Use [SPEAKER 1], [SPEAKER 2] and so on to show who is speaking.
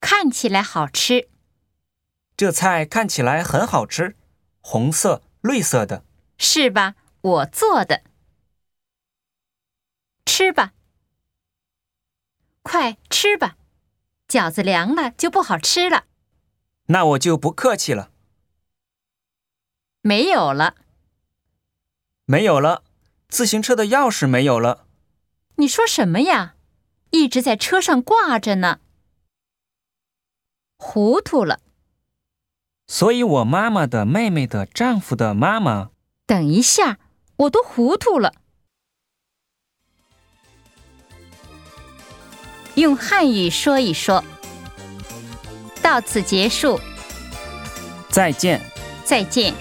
[SPEAKER 1] 看起来好吃。
[SPEAKER 2] 这菜看起来很好吃，红色、绿色的。
[SPEAKER 1] 是吧？我做的，吃吧，快吃吧，饺子凉了就不好吃了，
[SPEAKER 2] 那我就不客气了，
[SPEAKER 1] 没有了。
[SPEAKER 2] 没有了，自行车的钥匙没有了。
[SPEAKER 1] 你说什么呀？一直在车上挂着呢。糊涂了，
[SPEAKER 2] 所以我妈妈的妹妹的丈夫的妈妈，
[SPEAKER 1] 等一下，我都糊涂了。用汉语说一说，到此结束，
[SPEAKER 2] 再见。
[SPEAKER 1] 再见。